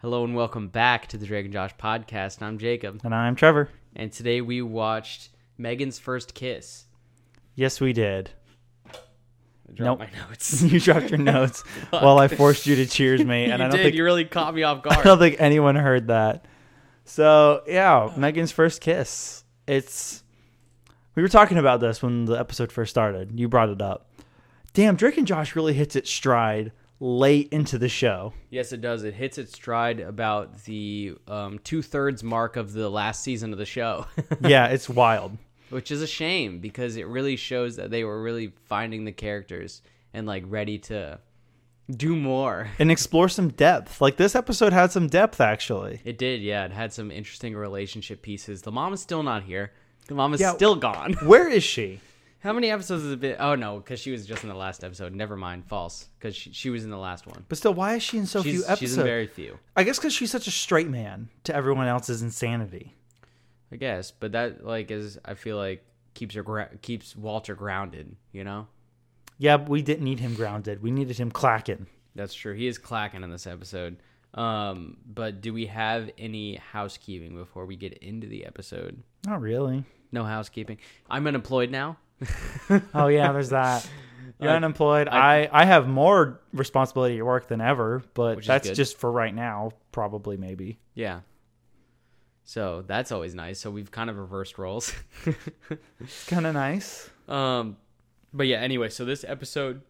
Hello and welcome back to the Drake and Josh podcast. I'm Jacob, And I'm Trevor. and today we watched Megan's First Kiss. Yes, we did. I dropped Nope. my notes. you dropped your notes while I forced you to cheers me, and you I don't did. think you really caught me off I don't guard. think anyone heard that. Oh. So yeah, Megan's first kiss. It's we were talking about this when the episode first started. You brought it up. Damn, Drake and Josh really hits its stride late into the show. yes, it does. It hits its stride about the um, two thirds mark of the last season of the show, Yeah, it's wild. which is a shame because it really shows that they were really finding the characters and like ready to do more. And explore some depth. Like this episode had some depth actually. It did, yeah. It had some interesting relationship pieces. The mom is still not here. The mom is Yeah. still gone. Where is she? How many episodes has it been? Oh no, because she was just in the last episode. Never mind, false. Because she, she was in the last one. But still, why is she in so few She's, episodes? she's in very few, I guess because she's such a straight man to everyone else's insanity. I guess. But that like is I feel like keeps her gra- keeps Walter grounded. You know, Yeah, but we didn't need him grounded. We needed him clacking. that's true. He is clacking in this episode. Um, but do we have any housekeeping before we get into the episode? Not really. No housekeeping. I'm unemployed now. Oh yeah, there's that. You're I- unemployed. I, I have more responsibility at work than ever, but is that's good. just for right now, probably maybe. Yeah. So that's always nice. So we've kind of reversed roles. It's kind of nice. Um, but yeah, anyway, so this episode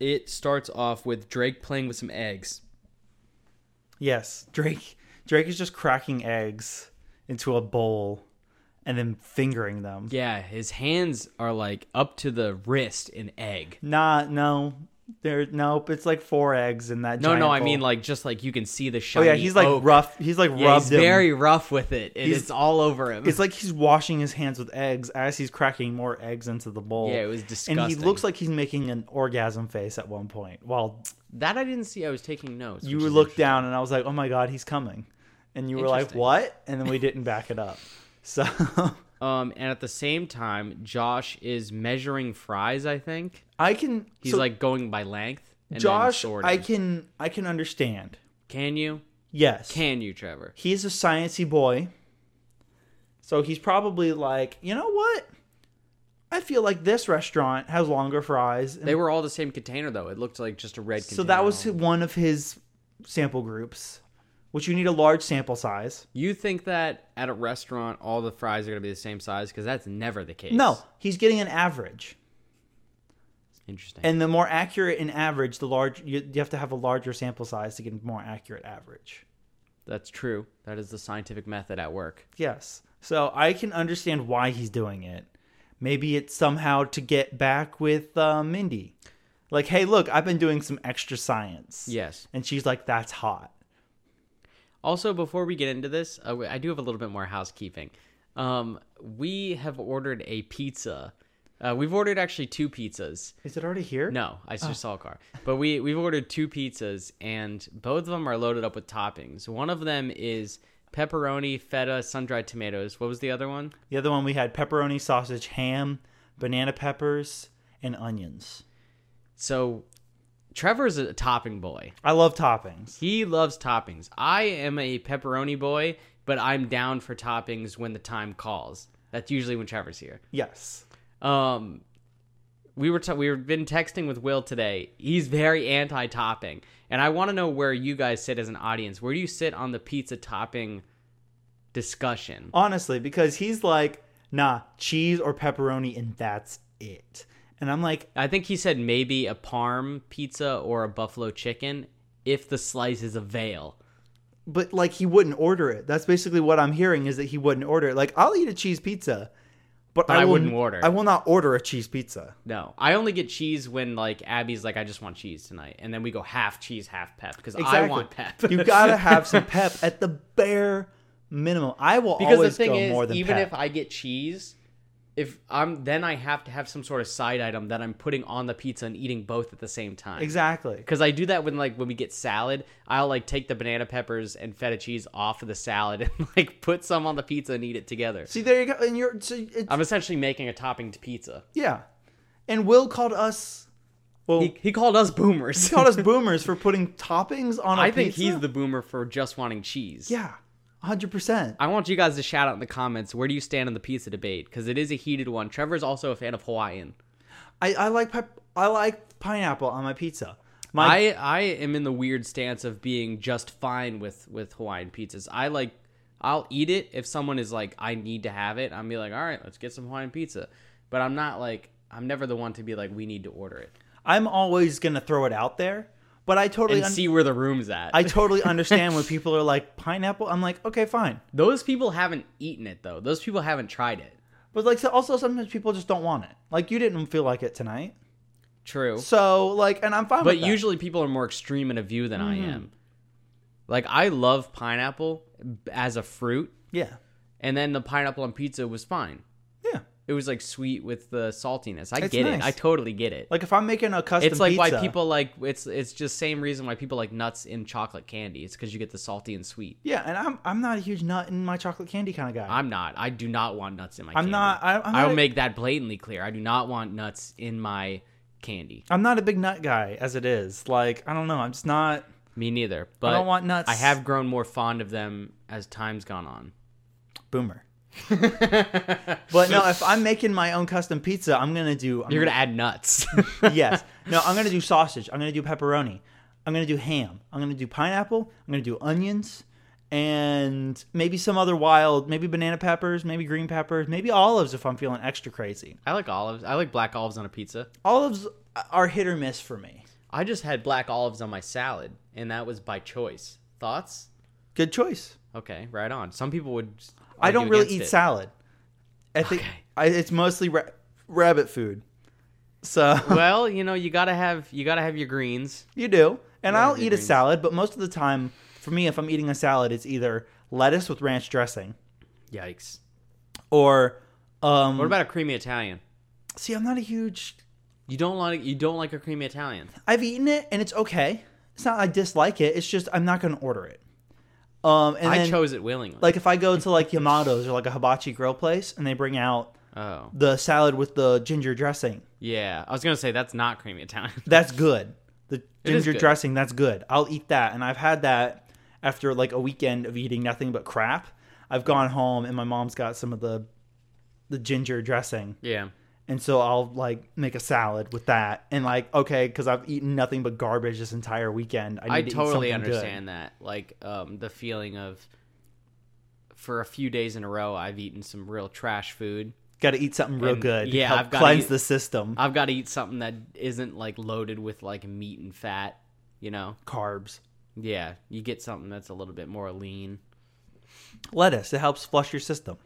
it starts off with Drake playing with some eggs. Yes, Drake. Drake is just cracking eggs into a bowl and then fingering them. Yeah, his hands are like up to the wrist in egg. Nah, no. There nope, it's like four eggs in that No, giant no, I bowl. mean like just like you can see the Oh shiny. yeah, he's like oak. rough. He's like Yeah, rubbed he's him. very rough with it, and He's- it's all over him. It's like he's washing his hands with eggs as he's cracking more eggs into the bowl. Yeah, it was And he disgusting. looks like he's making an orgasm face at one point. While that I didn't see. I was taking notes. you which is looked down, and I was like, "Oh my god, he's coming," and you were like, Interesting. "What?" And then we didn't back it up. So interesting. Um, and at the same time, Josh is measuring fries. I think I can. he's so like going by length. And Josh. then sorting. I can. I can understand. can you Yes, can you Trevor? he's a sciency boy. So he's probably like, you know what? I feel like this restaurant has longer fries. and They were all the same container though. It looked like just a red. container. So that was all- one of his sample groups, which you need a large sample size. You think that at a restaurant all the fries are going to be the same size because that's never the case. No, he's getting an average. Interesting. And the more accurate an average, the large you, you have to have a larger sample size to get a more accurate average. that's true. That is the scientific method at work. Yes. So I can understand why he's doing it. Maybe it's somehow to get back with uh, Mindy. Like, hey, look, I've been doing some extra science. Yes. And she's like, that's hot. Also, before we get into this, uh, I do have a little bit more housekeeping. Um, we have ordered a pizza. Uh, we've ordered actually two pizzas. Is it already here? No, I just saw a car. But we we've ordered two pizzas and both of them are loaded up with toppings. One of them is pepperoni, feta, sun-dried tomatoes. What was the other one? The other one we had pepperoni, sausage, ham, banana peppers, and onions. So Trevor's a topping boy. I love toppings. He loves toppings. I am a pepperoni boy, but I'm down for toppings when the time calls. That's usually when Trevor's here. Yes. Um we were t- we've been texting with Will today. He's very anti-topping, and I want to know where you guys sit as an audience. Where do you sit on the pizza topping discussion? Honestly, because he's like, nah, cheese or pepperoni, and that's it. And I'm like, I think he said maybe a parm pizza or a buffalo chicken if the slice is a veil. but like he wouldn't order it. That's basically what I'm hearing is that he wouldn't order it. Like, I'll eat a cheese pizza, but, But I will- wouldn't order. I will not order a cheese pizza. No, I only get cheese when like Abby's like, I just want cheese tonight, and then we go half cheese, half pep because I want pep. you gotta have some pep at the bare minimum. I will because the always thing go is, more than even pep. if I get cheese, if I'm then I have to have some sort of side item that I'm putting on the pizza and eating both at the same time. exactly. Because I do that when like when we get salad, I'll like take the banana peppers and feta cheese off of the salad and like put some on the pizza and eat it together. See, there you go. And you're so it's, I'm essentially making a topping to pizza. Yeah. And Will called us Well, He, he called us boomers. he called us boomers for putting toppings on a I think pizza? he's the boomer for just wanting cheese. Yeah, 100%. I want you guys to shout out in the comments where do you stand on the pizza debate because it is a heated one. Trevor's also a fan of Hawaiian. I, I like pep- I like pineapple on my pizza. My I I am in the weird stance of being just fine with with Hawaiian pizzas. I like I'll eat it if someone is like I need to have it. I'm be like, "All right, let's get some Hawaiian pizza." But I'm not like I'm never the one to be like we need to order it I'm always gonna throw it out there, but I totally and un- see where the room's at. I totally understand when people are like pineapple. I'm like okay, fine, Those people haven't eaten it though. Those people haven't tried it. but like so also sometimes people just don't want it. Like you didn't feel like it tonight, True. so like and I'm fine. but with that. Mm-hmm. usually people are more extreme in a view than I am. Like I love pineapple as a fruit, yeah, and then the pineapple on pizza was fine. yeah. It was like sweet with the saltiness. I It's get it. nice. I totally get it. Like if I'm making a custom, it's like why pizza- people like it's it's just same reason why people like nuts in chocolate candy. It's because you get the salty and sweet. Yeah, and I'm I'm not a huge nut in my chocolate candy kind of guy. I'm not. I do not want nuts in my. I'm candy. not- I- I'm not I'll a- make that blatantly clear. I do not want nuts in my candy. I'm not a big nut guy as it is. Like I don't know, I'm just not. Me neither. But don't want nuts. I have grown more fond of them as time's gone on. boomer. but no, if I'm making my own custom pizza, I'm gonna do. I'm You're gonna add nuts. yes. No, I'm gonna do sausage. I'm gonna do pepperoni. I'm gonna do ham. I'm gonna do pineapple. I'm gonna do onions, and maybe some other wild, maybe banana peppers, maybe green peppers, maybe olives if I'm feeling extra crazy. I like olives. I like black olives on a pizza. Olives are hit or miss for me. I just had black olives on my salad, and that was by choice. Thoughts? Good choice. Okay, right on. Some people would. I don't really argue eat against it. salad. I think Okay. I, it's mostly ra- rabbit food. So Well, you know, you gotta have you gotta have your greens. You do. And Yeah, I'll the eat a greens. salad, but most of the time, for me, if I'm eating a salad, it's either lettuce with ranch dressing Yikes! or. Um, What about a creamy Italian? see, I'm not a huge. You don't like you don't like a creamy Italian. I've eaten it and it's okay. It's not I dislike it. It's just I'm not going to order it. Um, and I then, chose it willingly. like if I go to like Yamato's or like a hibachi grill place and they bring out oh the salad with the ginger dressing, yeah, I was gonna say that's not creamy Italian. that's good. The It is ginger good. dressing, that's good. I'll eat that. And I've had that after like a weekend of eating nothing but crap. I've gone home and my mom's got some of the the ginger dressing. yeah, And so I'll like make a salad with that. And like, okay, because I've eaten nothing but garbage this entire weekend. I, need I to eat totally something good. understand that. Like um, the feeling of for a few days in a row, I've eaten some real trash food. Got to eat something real And, good. to yeah, help I've gotta cleanse eat- the system. I've got to eat something that isn't like loaded with like meat and fat. You know, Carbs. yeah, you get something that's a little bit more lean. Lettuce. It helps flush your system.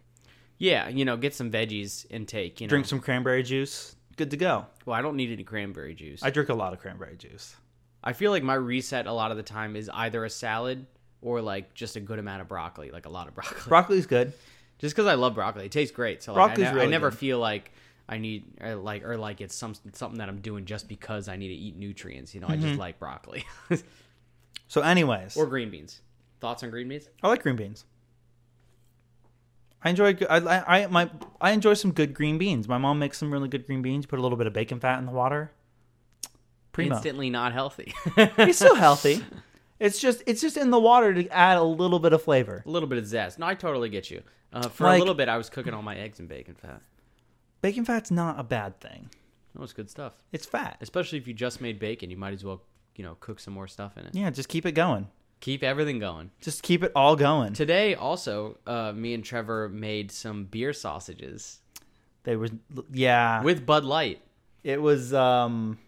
Yeah, you know, get some veggies intake. You know, Drink some cranberry juice. Good to go. Well, I don't need any cranberry juice. I drink a lot of cranberry juice. I feel like my reset a lot of the time is either a salad or like just a good amount of broccoli, like a lot of broccoli. Broccoli's good. Just because I love broccoli, it tastes great. So like, I, Broccoli's ne- I really never good. feel like I need or like or like it's some something that I'm doing just because I need to eat nutrients. You know, I Mm-hmm. just like broccoli So, anyways. or green beans. Thoughts on green beans? I like green beans. I enjoy I, I I- my I enjoy some good green beans. My mom makes some really good green beans. Put a little bit of bacon fat in the water. Primo. Instantly not healthy. It's still healthy. It's just it's just in the water to add a little bit of flavor. a little bit of zest. No, I totally get you. Uh, for a Like- little bit, I was cooking all my eggs in bacon fat. Bacon fat's not a bad thing. That was good stuff. It's fat. Especially if you just made bacon, you might as well you know cook some more stuff in it. Yeah, just keep it going. Keep everything going. Just keep it all going. Today, also, uh, me and Trevor made some beer sausages They were yeah. with Bud Light. It was um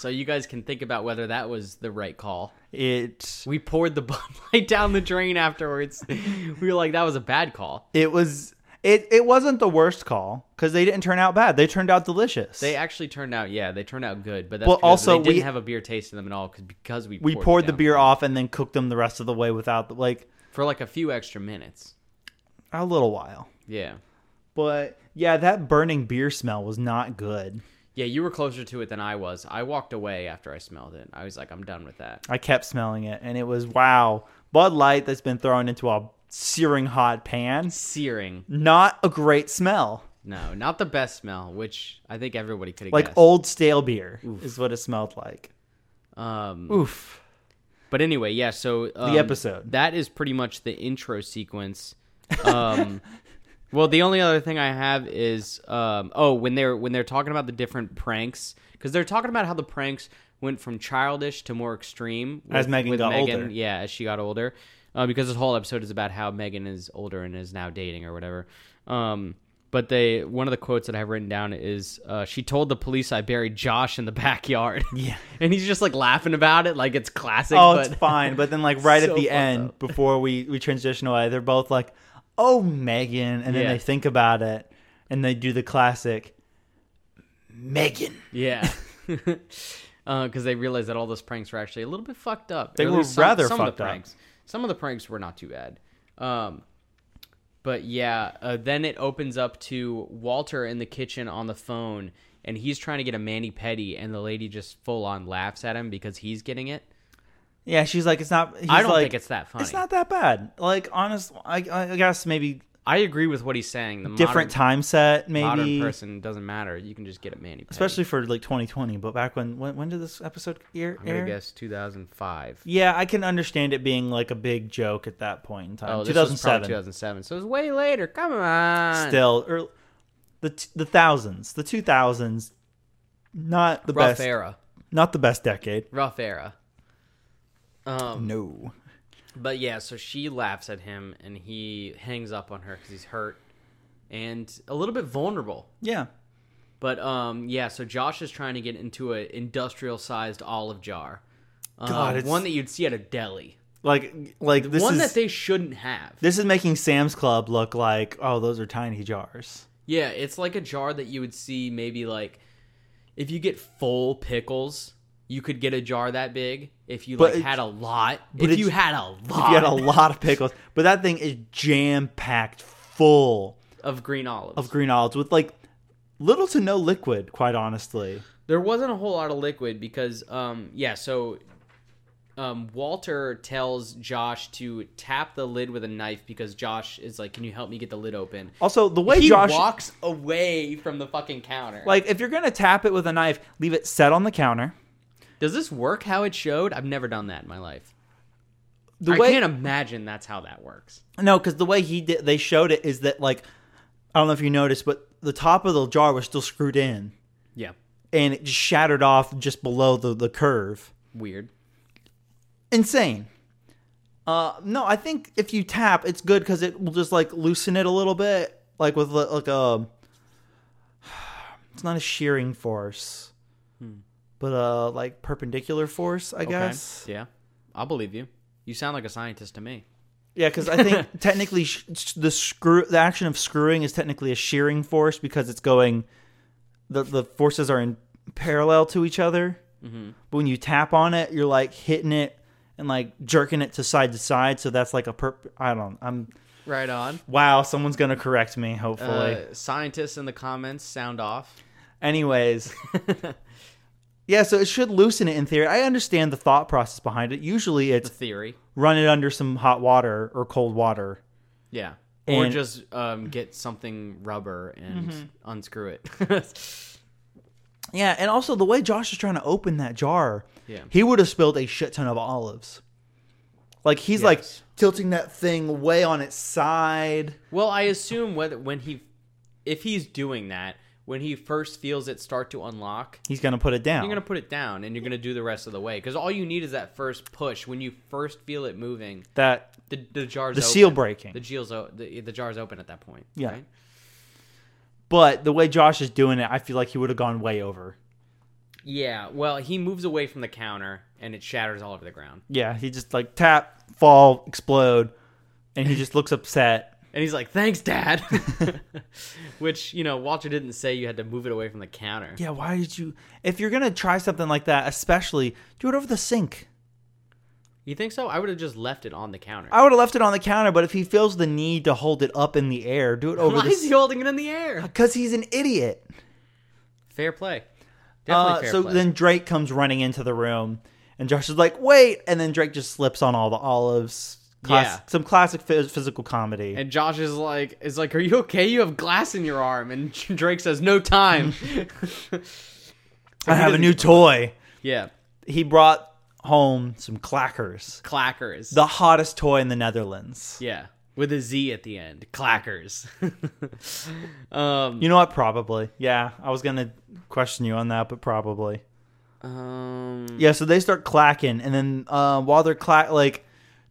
So you guys can think about whether that was the right call. it We poured the Bud Light down the drain afterwards. we were like, that was a bad call. it was it it wasn't the worst call cuz they didn't turn out bad. They turned out delicious. They actually turned out, yeah, they turned out good, but that's Well, because also, they didn't we- have a beer taste in them at all 'cause- because we we poured, poured, it the down. beer off and then cooked them the rest of the way without the, like for like a few extra minutes. a little while. Yeah, But yeah, that burning beer smell was not good. yeah, you were closer to it than I was. I walked away after I smelled it. I was like, I'm done with that. I kept smelling it and it was wow. Bud Light that's been thrown into a searing hot pan. Searing. Not a great smell. No, not the best smell, which I think everybody could have Like guessed. old stale beer is what it smelled like. oh, um, Oof. But anyway, yeah. So um, episode. that is pretty much the intro sequence. Um, well, the only other thing I have is um, oh, when they're when they're talking about the different pranks because they're talking about how the pranks went from childish to more extreme As Megan got Megan, older. Yeah, as she got older, uh, because this whole episode is about how Megan is older and is now dating or whatever. Um, but they one of the quotes that I have written down is uh, she told the police I buried Josh in the backyard. Yeah. and he's just like laughing about it like it's classic. Oh, but it's fine. But then, like right So at the fucked end, up. before we we transition away, they're both like, "Oh, Megan," and then Yeah. they think about it and they do the classic, "Megan." Yeah. Because they realized that all those pranks were actually a little bit fucked up. They Or at were least rather some of fucked the up. pranks. Some of the pranks were not too bad. Um, but yeah, uh, then it opens up to Walter in the kitchen on the phone, and he's trying to get a mani pedi, and the lady just full on laughs at him because he's getting it. Yeah, she's like, "It's not." He's I don't like, think it's that funny. It's not that bad. Like, honest, I, I guess maybe I agree with what he's saying. The different time set, maybe. modern, modern person doesn't matter. You can just get a mani pedi. especially for like 2020. But back when when, when did this episode air? I'm air? gonna guess 2005. Yeah, I can understand it being like a big joke at that point in time. Oh, this was probably 2007. 2007, So it was way later. Come on. still early, the t- the thousands, the 2000s, not the rough best, era. not the best decade. rough era. Um, No, but yeah, so she laughs at him and he hangs up on her because he's hurt and a little bit vulnerable. yeah, But um, yeah, so Josh is trying to get into an industrial sized olive jar, um, God, it's- one that you'd see at a deli, like like this one is that they shouldn't have. this is making Sam's Club look like oh those are tiny jars. Yeah, it's like a jar that you would see maybe like if you get full pickles, you could get a jar that big. If you But like it- had a lot, but if it's- you had a If you had a lot lot of pickles, but that thing is jam packed full of green olives, of green olives with like little to no liquid. Quite honestly, there wasn't a whole lot of liquid because um yeah so um walter tells josh to tap the lid with a knife because josh is like can you help me get the lid open also the way he Josh walks away from the fucking counter like if you're gonna tap it with a knife, leave it set on the counter. does this work how it showed i've never done that in my life The i way can't imagine that's how that works No, because the way he did, they showed it is that like, I don't know if you noticed, but the top of the jar was still screwed in, yeah and it just shattered off just below the the curve. weird Insane. Uh, no, I think if you tap, it's good because it will just like loosen it a little bit, like with li- like a. It's not a shearing force, but a like perpendicular force, I guess. yeah i'll believe you you sound like a scientist to me Yeah, because I think technically sh- sh- the screw the action of screwing is technically a shearing force because it's going the the forces are in parallel to each other. Mm-hmm. But when you tap on it, you're like hitting it and like jerking it to side to side. So that's like a per. I don't. I'm right on wow. Someone's gonna correct me. Hopefully. uh, scientists in the comments sound off Anyways. Yeah, so it should loosen it in theory. I understand the thought process behind it. Usually the it's theory run it under some hot water or cold water. Yeah. Or And- Mm-hmm. just um, get something rubber and unscrew it. Yeah, and also the way Josh is trying to open that jar, Yeah. he would have spilled a shit ton of olives. Like he's like Yes. tilting that thing way on its side. well, I assume whether when he, if he's doing that, when he first feels it start to unlock, He's gonna put it down. you're gonna put it down and you're gonna do the rest of the way because all you need is that first push. When you first feel it moving, that the the jar's the open. seal breaking. The seal's o- the, the jar's open at that point. Yeah. right? but the way Josh is doing it, I feel like he would have gone way over. Yeah. Well, he moves away from the counter and it shatters all over the ground. Yeah, he just like tap, fall, explode, and he just looks upset. And he's like, "Thanks, Dad," which you know Walter didn't say you had to move it away from the counter. Yeah, why did you? If you're gonna try something like that, especially do it over the sink. You think so? I would have just left it on the counter. I would have left it on the counter, but if he feels the need to hold it up in the air, do it over Why the is he holding it in the air? Because he's an idiot. Fair play. Definitely Uh, fair so play. then Drake comes running into the room, and Josh is like, wait. And then Drake just slips on all the olives, Class- Yeah. some classic phys- physical comedy. And Josh is like, is like, are you okay? You have glass in your arm. And Drake says, no time. I have a new toy. yeah, He brought home some clackers, clackers. the hottest toy in the Netherlands. yeah, with a Z at the end, clackers. um, You know what? Probably. Yeah, I was gonna question you on that, but probably. um, Yeah, so they start clacking, and then uh, while they're clack, like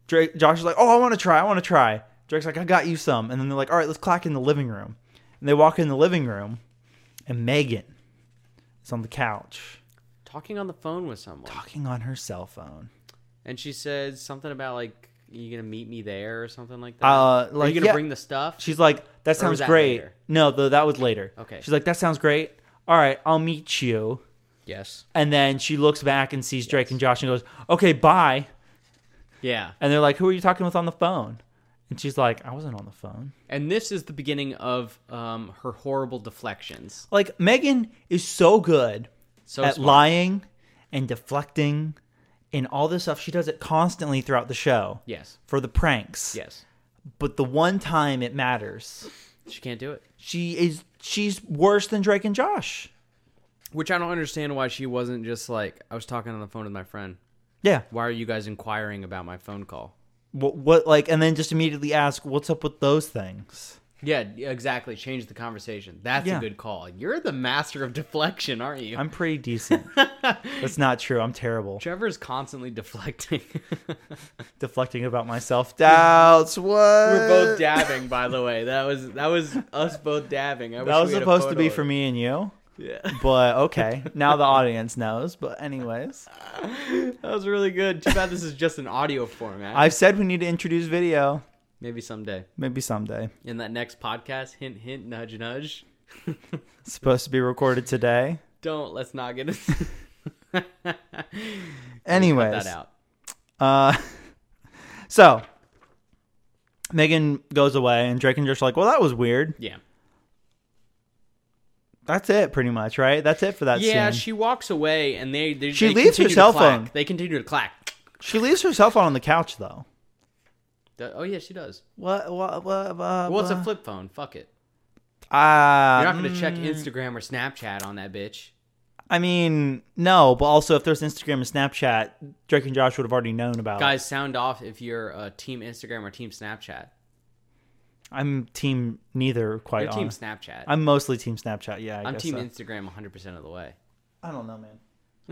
Drake, Josh is like, "Oh, I want to try, I want to try." Drake's like, "I got you some," and then they're like, "All right, let's clack in the living room." And they walk in the living room, and Megan is on the couch talking on the phone with someone, talking on her cell phone. and she says something about like, you gonna meet me there or something like that? Uh, are like, you gonna yeah. bring the stuff? She's like, Or "That was sounds that great." later? No, though that was later. Okay. She's like, "That sounds great." All right, I'll meet you. yes. And then she looks back and sees Drake and Josh and goes, "Okay, bye." Yeah. And they're like, "Who are you talking with on the phone?" And she's like, "I wasn't on the phone." And this is the beginning of um, her horrible deflections. Like Megan is so good So at smart. lying and deflecting and all this stuff. She does it constantly throughout the show Yes. for the pranks. Yes. But the one time it matters, She can't do it. she is she's worse than Drake and Josh. Which I don't understand why she wasn't just like, I was talking on the phone with my friend. Yeah. Why are you guys inquiring about my phone call? What, what like and then just immediately ask, "What's up with those things?" Yeah, exactly. Change the conversation. That's Yeah. a good call. You're the master of deflection, aren't you? I'm pretty decent. That's not true. I'm terrible. Trevor's constantly deflecting. Deflecting about myself. Doubts. What? We're We're both dabbing, by the way. That was that was us both dabbing. I wish That was we had a supposed to photo be of for it. me and you. Yeah. But okay, now the audience knows. But anyways, That was really good. Too bad this is just an audio format. I've said we need to introduce video. Maybe someday. Maybe someday. in that next podcast. Hint, hint, nudge, nudge. It's supposed to be recorded today. Don't let's not get it. Anyways, that out. Uh, so Megan goes away, and Drake and Josh are like, "Well, that was weird. Yeah, That's it, pretty much, right? That's it for that yeah. scene." She walks away, and they, they She they leaves her continue to cell clack. phone. They continue to clack. She leaves her cell phone on the couch, though. Th- Oh yeah, she does. What? What? What? What? Well, it's a flip phone. Fuck it. Ah, You're not gonna check mm, Instagram or Snapchat on that bitch. I mean, no, but also if there's Instagram and Snapchat, Drake and Josh would have already known about. it. Guys, sound off if you're a team Instagram or team Snapchat. I'm team neither, quite You're team honest. Snapchat. I'm, I'm mostly team Snapchat. Yeah, I guess team so. Instagram 100 percent of the way. I don't know, man.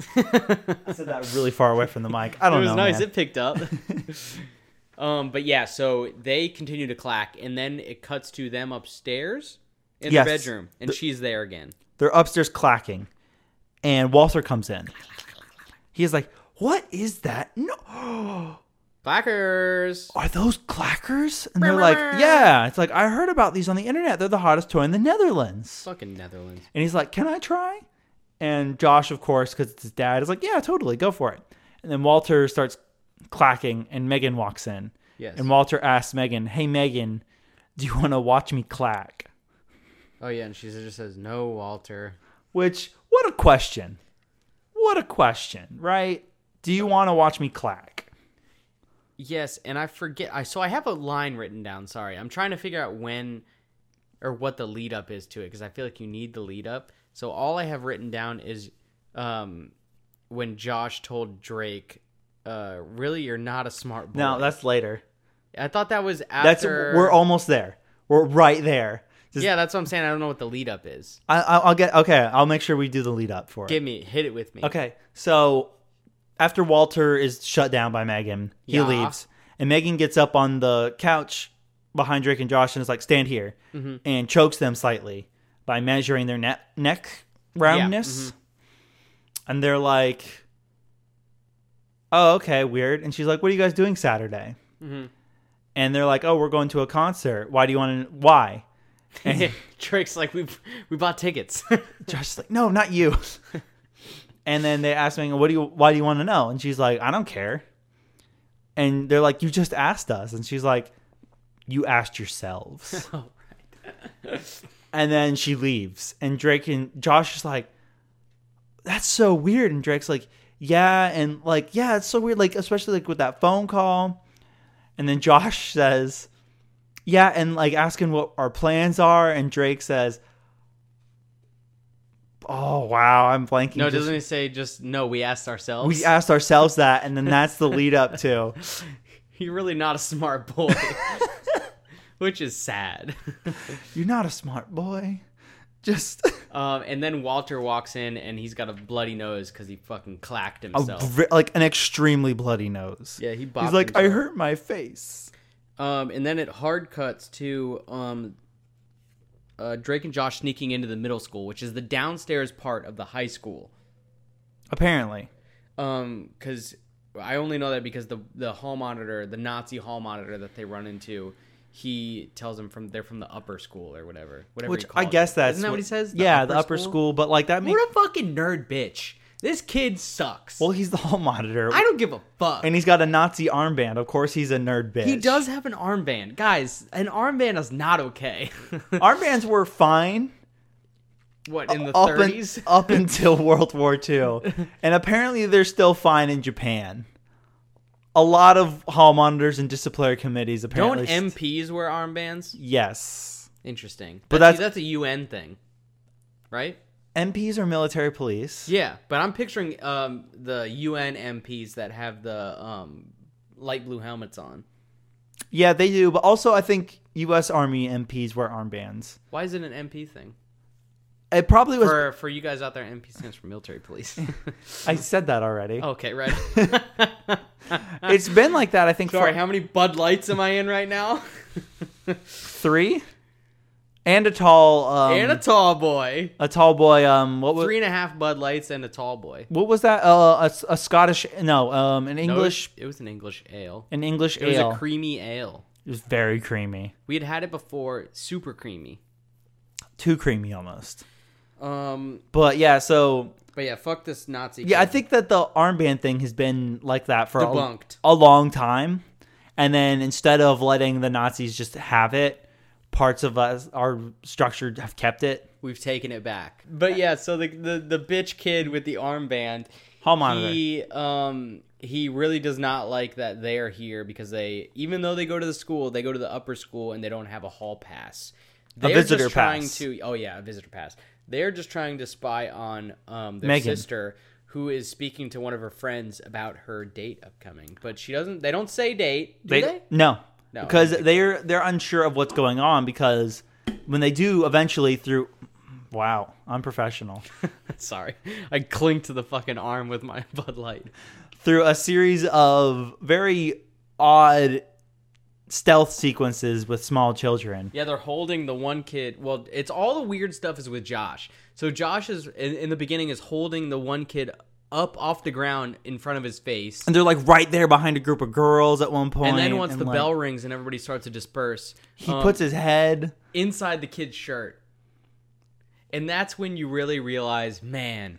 I said that really far away from the mic. I don't it was know. nice. man. It picked up. um, but yeah, so they continue to clack, and then it cuts to them upstairs in Yes. their bedroom, and she's there again. They're upstairs clacking, and Walter comes in. He's like, "What is that? No, Clackers. are those clackers?" And they're like, "Yeah." It's like I heard about these on the internet. They're the hottest toy in the Netherlands. Fucking Netherlands. And he's like, "Can I try?" And Josh, of course, because it's his dad, is like, "Yeah, totally, go for it." And then Walter starts clacking, and Megan walks in. Yes. And Walter asks Megan, "Hey Megan, do you want to watch me clack?" oh yeah, and she just says no, Walter. Which, what a question! What a question, right? Do you want to watch me clack? Yes, and I forget. I so I have a line written down. Sorry, I'm trying to figure out when or what the lead up is to it because I feel like you need the lead up. So all I have written down is um, when Josh told Drake, uh, "Really, you're not a smart boy." No, that's later. I thought that was That's after. we're almost there. We're right there. Just, yeah, that's what I'm saying. I don't know what the lead up is. I, I, I'll get okay. I'll make sure we do the lead up for it. Give me, hit it with me. Okay, so after Walter is shut down by Megan, he Yeah. leaves, and Megan gets up on the couch behind Drake and Josh and is like, "Stand here," and chokes them slightly by measuring their ne- neck roundness, and they're like, "Oh, okay, weird." And she's like, "What are you guys doing Saturday?" And they're like, "Oh, we're going to a concert. Why do you want to? Why?" Drake's like we we bought tickets. Josh is like, no, not you. and then they asked me, what do you, why do you want to know? And she's like, I don't care. And they're like, you just asked us. And she's like, you asked yourselves. oh, and then she leaves. And Drake and Josh is like, that's so weird. And Drake's like, yeah. And like, yeah, it's so weird. Like, especially like with that phone call. And then Josh says, Yeah, and like asking what our plans are. And Drake says, Oh, wow, I'm blanking. No, just- doesn't he say just no? We asked ourselves. we asked ourselves that, and then that's the lead up to. You're really not a smart boy, which is sad. You're not a smart boy. Just Um, and then Walter walks in and he's got a bloody nose because he fucking clacked a himself. br- like an extremely bloody nose. yeah, he bopped He's like, I himself. hurt my face. Um, and then it hard cuts to um, uh, Drake and Josh sneaking into the middle school, which is the downstairs part of the high school. Apparently. Um, because I only know that because the the hall monitor, the Nazi hall monitor that they run into, he tells them from they're from the upper school or whatever. Whatever. Which he I calls guess it. that's. isn't that what he says. yeah, the upper school? but like that means. What a fucking nerd bitch. This kid sucks. Well, he's the hall monitor. I don't give a fuck. and he's got a Nazi armband. Of course, he's a nerd bitch. he does have an armband, guys. An armband is not okay. Armbands were fine what in the up, un- thirties? up until World War II. And apparently, they're still fine in Japan. A lot of hall monitors and disciplinary committees Don't apparently. st- MPs wear armbands? Yes. Interesting. But But that's- that's, that's a UN thing, right? MPs are military police. Yeah, but I'm picturing um, the UN MPs that have the um, light blue helmets on. Yeah, they do. But also, I think U.S. Army MPs wear armbands. Why is it an MP thing? It probably was. For for you guys out there, MP stands for military police. I said that already. okay, right. It's been like that, I think, Sorry, for how many Bud Lights am I in right now? three. And a tall, um, and a tall boy. a tall boy. Um, what was Three and a half Bud Lights and a tall boy. what was that? Uh, a s- a, Scottish? No, um, an No, it was- English, It was, an English ale. an English It ale. was a creamy ale. it was very creamy, We had had it before, super creamy. too creamy almost. Um, But yeah, so but yeah, fuck this Nazi. yeah, I kid. think that the armband thing has been like that for a, Debunked. a long time. And then instead of letting the Nazis just have it, parts of us our structure have kept it. we've taken it back. But yeah, so the the, the bitch kid with the armband, Hall monitor. he um he really does not like that they are here because they even though they go to the school, they go to the upper school and they don't have a hall pass. They're visitor just trying pass. to oh yeah, a visitor pass. They're just trying to spy on um their Megan. sister who is speaking to one of her friends about her date upcoming. But she doesn't they don't say date, do they? no, No, because I don't they're they're unsure of what's going on because when they do eventually through. Wow, unprofessional. Sorry. I cling to the fucking arm with my Bud Light. through a series of very odd stealth sequences with small children. Yeah, they're holding the one kid. Well, it's all the weird stuff is with Josh. So Josh is in, in the beginning is holding the one kid up off the ground in front of his face. And they're like right there behind a group of girls at one point, And then once the like, bell rings and everybody starts to disperse, he um, puts his head. inside the kid's shirt. And that's when you really realize, man,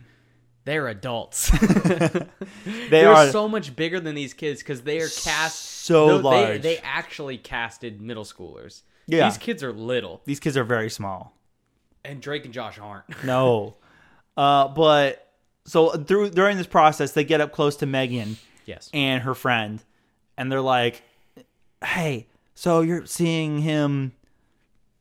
they're adults. They They're are so, so much bigger than these kids because they are cast no, they- large. They, actually casted middle schoolers. Yeah. These kids are little, These kids are very small. and Drake and Josh aren't. No, uh, but so through during this process, they get up close to Megan yes. and her friend, and they're like, "Hey, so you're seeing him,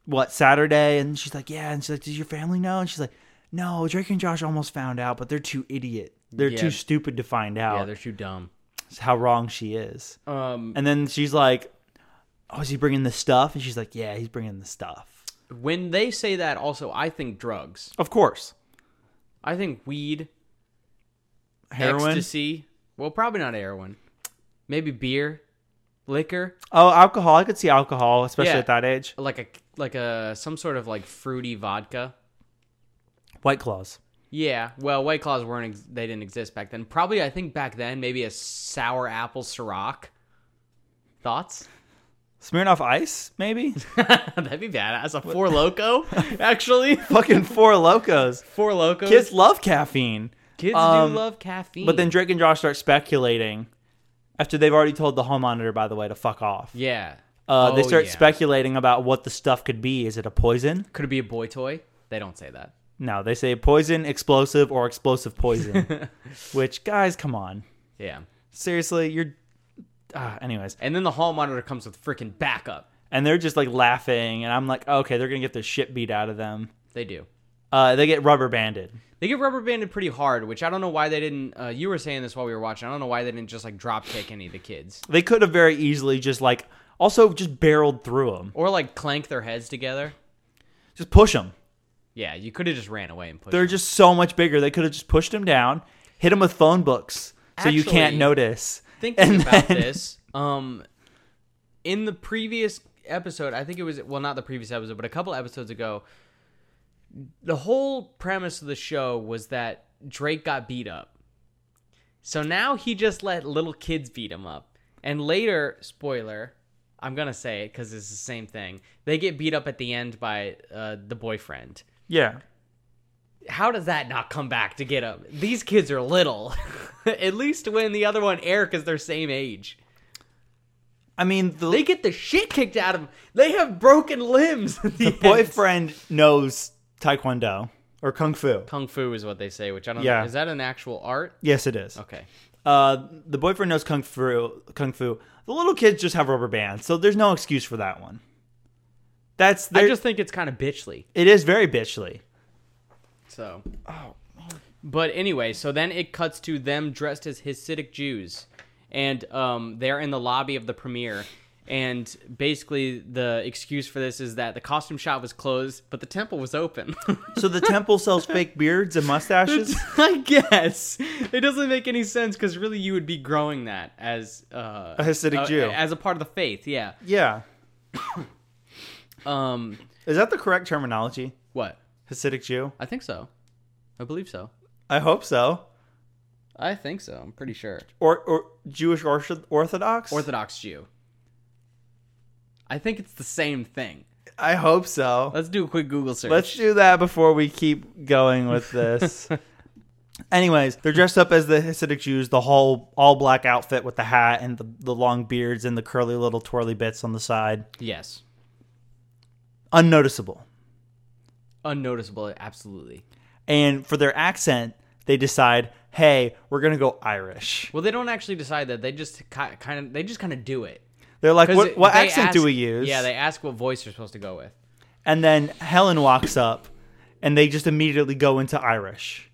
what Saturday?" And she's like, "Yeah." And she's like, "Does your family know?" And she's like, "No, Drake and Josh almost found out, but they're too idiot. They're Yeah. too stupid to find Yeah, out they're too dumb. how wrong she is." Um, And then she's like, "Oh, is he bringing the stuff?" And she's like, "Yeah, he's bringing the stuff." when they say that, also, I think drugs. Of course, I think weed, heroin. ecstasy. Well, probably not heroin. Maybe beer, liquor, Oh, alcohol. I could see alcohol, especially Yeah. at that age. like a like a some sort of like fruity vodka. White claws. Yeah. Well, White Claws weren't ex- they didn't exist back then. Probably, I think back then maybe a sour apple Ciroc. Thoughts? Smirnoff Ice, maybe. That'd be bad. As a four loco, actually, Fucking four locos. four locos. Kids love caffeine. Kids um, do love caffeine, But then Drake and Josh start speculating after they've already told the hall monitor, by the way, to fuck off. yeah, Uh, they Oh, start yeah. speculating about what the stuff could be. Is it a poison? Could it be a boy toy? They don't say that. No, they say poison, explosive, or explosive poison. Which, guys, come on. Yeah. Seriously, you're ah, anyways, And then the hall monitor comes with freaking backup. and they're just like laughing, and I'm like, okay, they're gonna get the shit beat out of them. They do. Uh, they get rubber banded. They get rubber banded pretty hard, which I don't know why they didn't. Uh, you were saying this while we were watching. I don't know why they didn't just like drop kick any of the kids They could have very easily just like also just barreled through them, or like clank their heads together. just push them. Yeah, you could have just ran away and pushed. They're just so much bigger. They could have just pushed them down, hit them with phone books, so you can't Actually, notice. thinking And about then- this, um, in the previous episode, I think it was well, not the previous episode, but a couple episodes ago, the whole premise of the show was that Drake got beat up. So now he just let little kids beat him up, and later, spoiler, I'm gonna say it because it's the same thing. They get beat up at the end by uh, the boyfriend. Yeah, How does that not come back to get him? These kids are little. at least when the other one, Eric, is their same age. I mean the, They get the shit kicked out of them. They have broken limbs. at The, the end. boyfriend knows taekwondo or kung fu. Kung Fu is what they say, which I don't Yeah. know. Is that an actual art? Yes, it is. Okay. Uh, the boyfriend knows kung fu. Kung fu. The little kids just have rubber bands, so there's no excuse for that one. That's I there- just think it's kind of bitchly. It is very bitchly. So. Oh. But anyway, so then it cuts to them dressed as Hasidic Jews, and um, they're in the lobby of the premiere. And basically, the excuse for this is that the costume shop was closed, but the temple was open. So the temple sells fake beards and mustaches. I guess it doesn't make any sense because really you would be growing that as uh, A Hasidic uh, Jew. as a part of the faith. Yeah. Yeah, Um. is that the correct terminology? What? Hasidic Jew. I think so. I believe so. I hope so. I think so. I'm pretty sure. Or or Jewish ortho- Orthodox. Orthodox Jew. I think it's the same thing. I hope so. Let's do a quick Google search. Let's do that before we keep going with this. Anyways, they're dressed up as the Hasidic Jews, the whole all black outfit with the hat and the, the long beards and the curly little twirly bits on the side. yes. Unnoticeable. Unnoticeable. Absolutely. And for their accent, they decide, hey, we're going to go Irish. Well, they don't actually decide that. They just ki- kind of. They just kind of do it. They're like, 'Cause what, it- what they accent do ask- we use? Yeah, they ask what voice you're supposed to go with. and then Helen walks up and they just immediately go into Irish.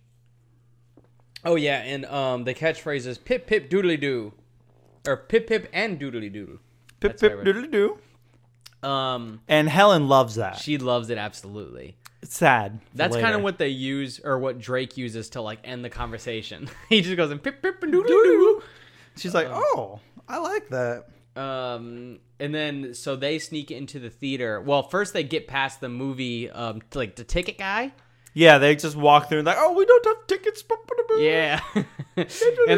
Oh yeah, and um, the catchphrase is "pip pip doodly doo," or "pip pip and doodly doo." Pip, That's my pip, word. doodly doo. Um, And Helen loves that. she loves it absolutely. It's sad. for That's kind later. of what they use, or what Drake uses to like end the conversation. he just goes and "pip pip and doodly doo." She's like, oh, I like that. Um, and then so they sneak into the theater. Well, first they get past the movie, um, t- like the ticket guy. Yeah, they just walk through and like, oh, we don't have tickets. Yeah, and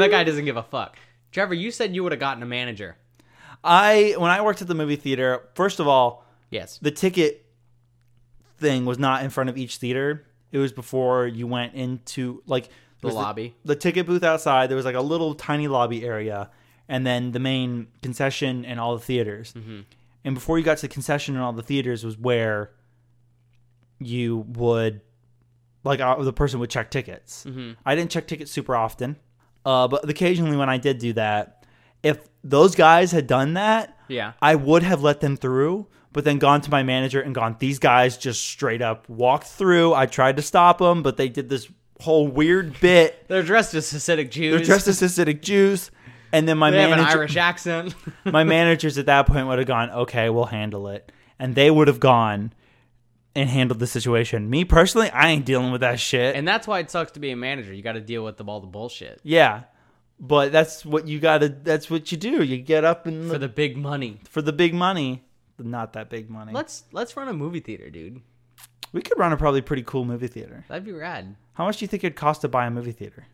that guy doesn't give a fuck. Trevor, you said you would have gotten a manager. I when I worked at the movie theater, first of all, Yes. the ticket thing was not in front of each theater. It was before you went into like The was lobby. the ticket booth outside. There was like a little tiny lobby area, and then the main concession and all the theaters. And before you got to the concession and all the theaters was where you would like uh, the person would check tickets. I didn't check tickets super often, uh, but occasionally when I did do that, if those guys had done that, Yeah. I would have let them through, but then gone to my manager and gone, these guys just straight up walked through. I tried to stop them, but they did this whole weird bit. They're dressed as Hasidic Jews. They're dressed as Hasidic Jews. And then my They have an manager, Irish accent. my managers at that point would have gone, okay, we'll handle it. And they would have gone and handled the situation. Me personally, I ain't dealing with that shit. And that's why it sucks to be a manager. You got to deal with the, all the bullshit yeah. But that's what you gotta, that's what you do. You get up and for the big money. for the big money. Not that big money. Let's let's run a movie theater, dude. we could run a probably pretty cool movie theater. That'd be rad. How much do you think it'd cost to buy a movie theater?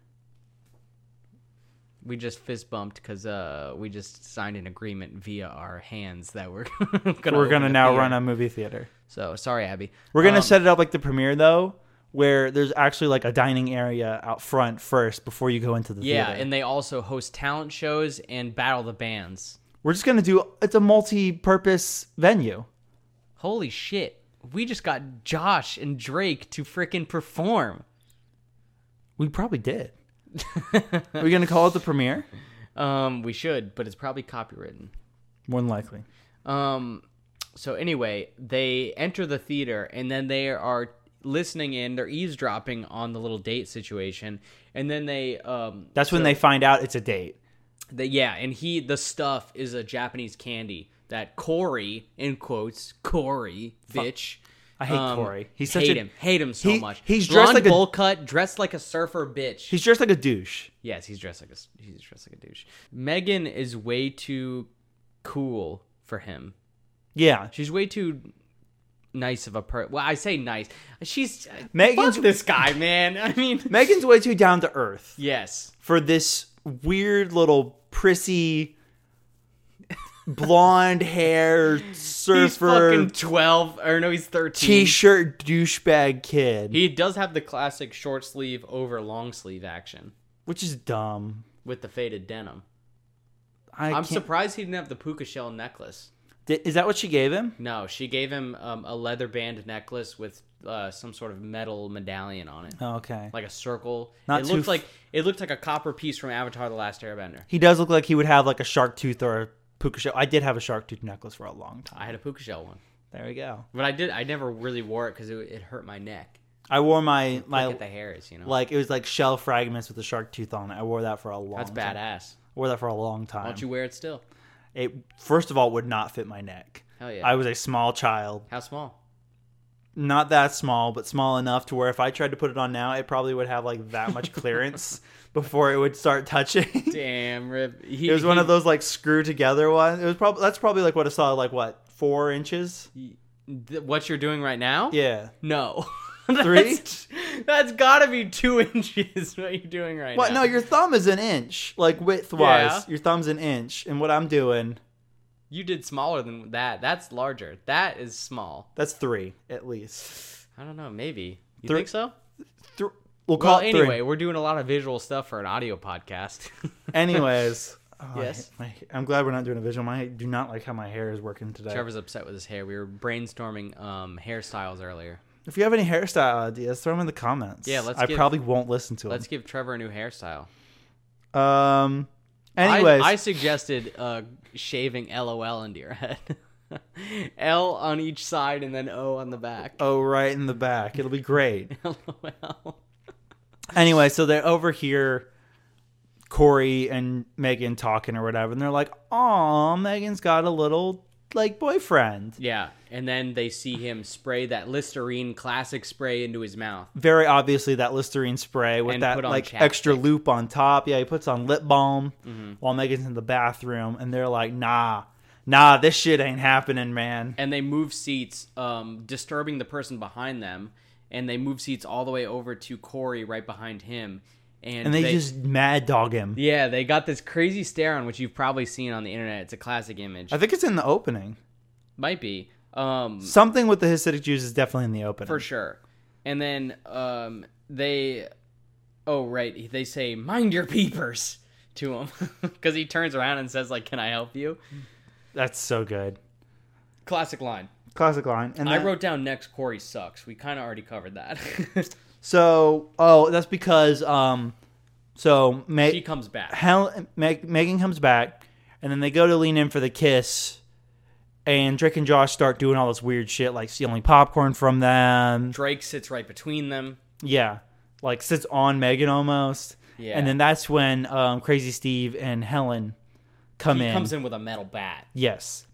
We just fist bumped because uh, we just signed an agreement via our hands that we're gonna We're gonna now run up. a movie theater. So sorry, Abby. We're gonna Um, set it up like the premiere though, where there's actually like a dining area out front first before you go into the Yeah, theater. and they also host talent shows and battle the bands. We're just gonna do it's a multi-purpose venue. Holy shit! We just got Josh and Drake to freaking perform. We probably did. Are we gonna call it the premiere? Um, we should, but it's probably copywritten. More than likely. Um, so anyway, they enter the theater and then they are listening in. They're eavesdropping on the little date situation, and then they um, That's when they find out it's a date. the, yeah, and he the stuff is a Japanese candy that Corey in quotes Corey bitch. I hate Corey. He's He's such hate a- him. Hate him so he- much. he's dressed Blonde like a- bowl cut, dressed like a surfer bitch. He's dressed like a douche. Yes, he's dressed like a s- he's dressed like a douche. Megan is way too cool for him. Yeah. She's way too nice of a person. Well, I say nice. She's Megan's Megan's- fuck this guy, man. I mean, Megan's way too down to earth yes, for this weird little prissy blonde hair he's fucking surfer twelve or no, he's thirteen. t-shirt douchebag kid, he does have the classic short sleeve over long sleeve action which is dumb. with the faded denim. I I'm can't, surprised he didn't have the puka shell necklace. Di- is that what she gave him? No, she gave him um, a leather band necklace with uh, some sort of metal medallion on it. Oh, okay. like a circle. Not it too looked f- like it looked like a copper piece from Avatar: The Last Airbender. He does look like he would have like a shark tooth or a puka shell. I did have a shark tooth necklace for a long time. I had a puka shell one, There we go. but I did. I never really wore it because it, it hurt my neck. I wore my Look my at the hairs, you know. like it was like shell fragments with a shark tooth on it. I wore that for a long. That's time. badass. I wore that for a long time. Why don't you wear it still? It first of all would not fit my neck. Hell yeah. I was a small child, How small? not that small, but small enough to where if I tried to put it on now, it probably would have like that much clearance before it would start touching. Damn, rip. He, it was one he- of those like screw together ones. It was probably that's probably like what I saw like what four inches. th- what you're doing right now? Yeah. No. Three? That's- that's gotta be two inches. What you're doing right What? now? No, your thumb is an inch, like width wise. Yeah. Your thumb's an inch, and what I'm doing, you did smaller than that. That's larger. That is small. that's three at least. I don't know. Maybe you Three- think so? Thr- we'll call Well, it anyway, three. we're doing a lot of visual stuff for an audio podcast. Anyways. Oh, I Yes. hate my- I'm glad we're not doing a visual. I do not like how my hair is working today. Trevor's upset with his hair. We were brainstorming um, hairstyles earlier. If you have any hairstyle ideas, throw them in the comments. Yeah, let's I give- probably won't listen to Let's give Trevor a new hairstyle. them. Um. I- Anyways, I, suggested uh, shaving LOL into your head. L on each side and then O on the back. oh, right in the back, it'll be great. LOL. anyway, so they overhear Corey and Megan talking or whatever, and they're like, "Aw, Megan's got a little like boyfriend." Yeah, and then they see him spray that Listerine classic spray into his mouth. Very obviously, that Listerine spray with And that put on like chapstick. Mm-hmm. extra loop on top. Yeah, he puts on lip balm while Megan's in the bathroom, and they're like, "Nah, nah, this shit ain't happening, man." And they move seats, um, disturbing the person behind them. And they move seats all the way over to Corey right behind him. And, And they, just mad dog him. Yeah, they got this crazy stare on which you've probably seen on the internet. It's a classic image. I think it's in the opening. Might be. Um Something with the Hasidic Jews is definitely in the opening. for sure. And then um they oh right, they say mind your peepers to him cuz he turns around and says like can I help you? That's so good. Classic line. Classic line. And I then- wrote down next Corey sucks. We kind of already covered that. So, oh, that's because um, so she Meg, comes back. Hel- Meg, Megan comes back, and then they go to lean in for the kiss, and Drake and Josh start doing all this weird shit, like stealing popcorn from them. Drake sits right between them. Yeah, like sits on Megan almost. Yeah. And then that's when um, Crazy Steve and Helen come He in. comes in with a metal bat Yes.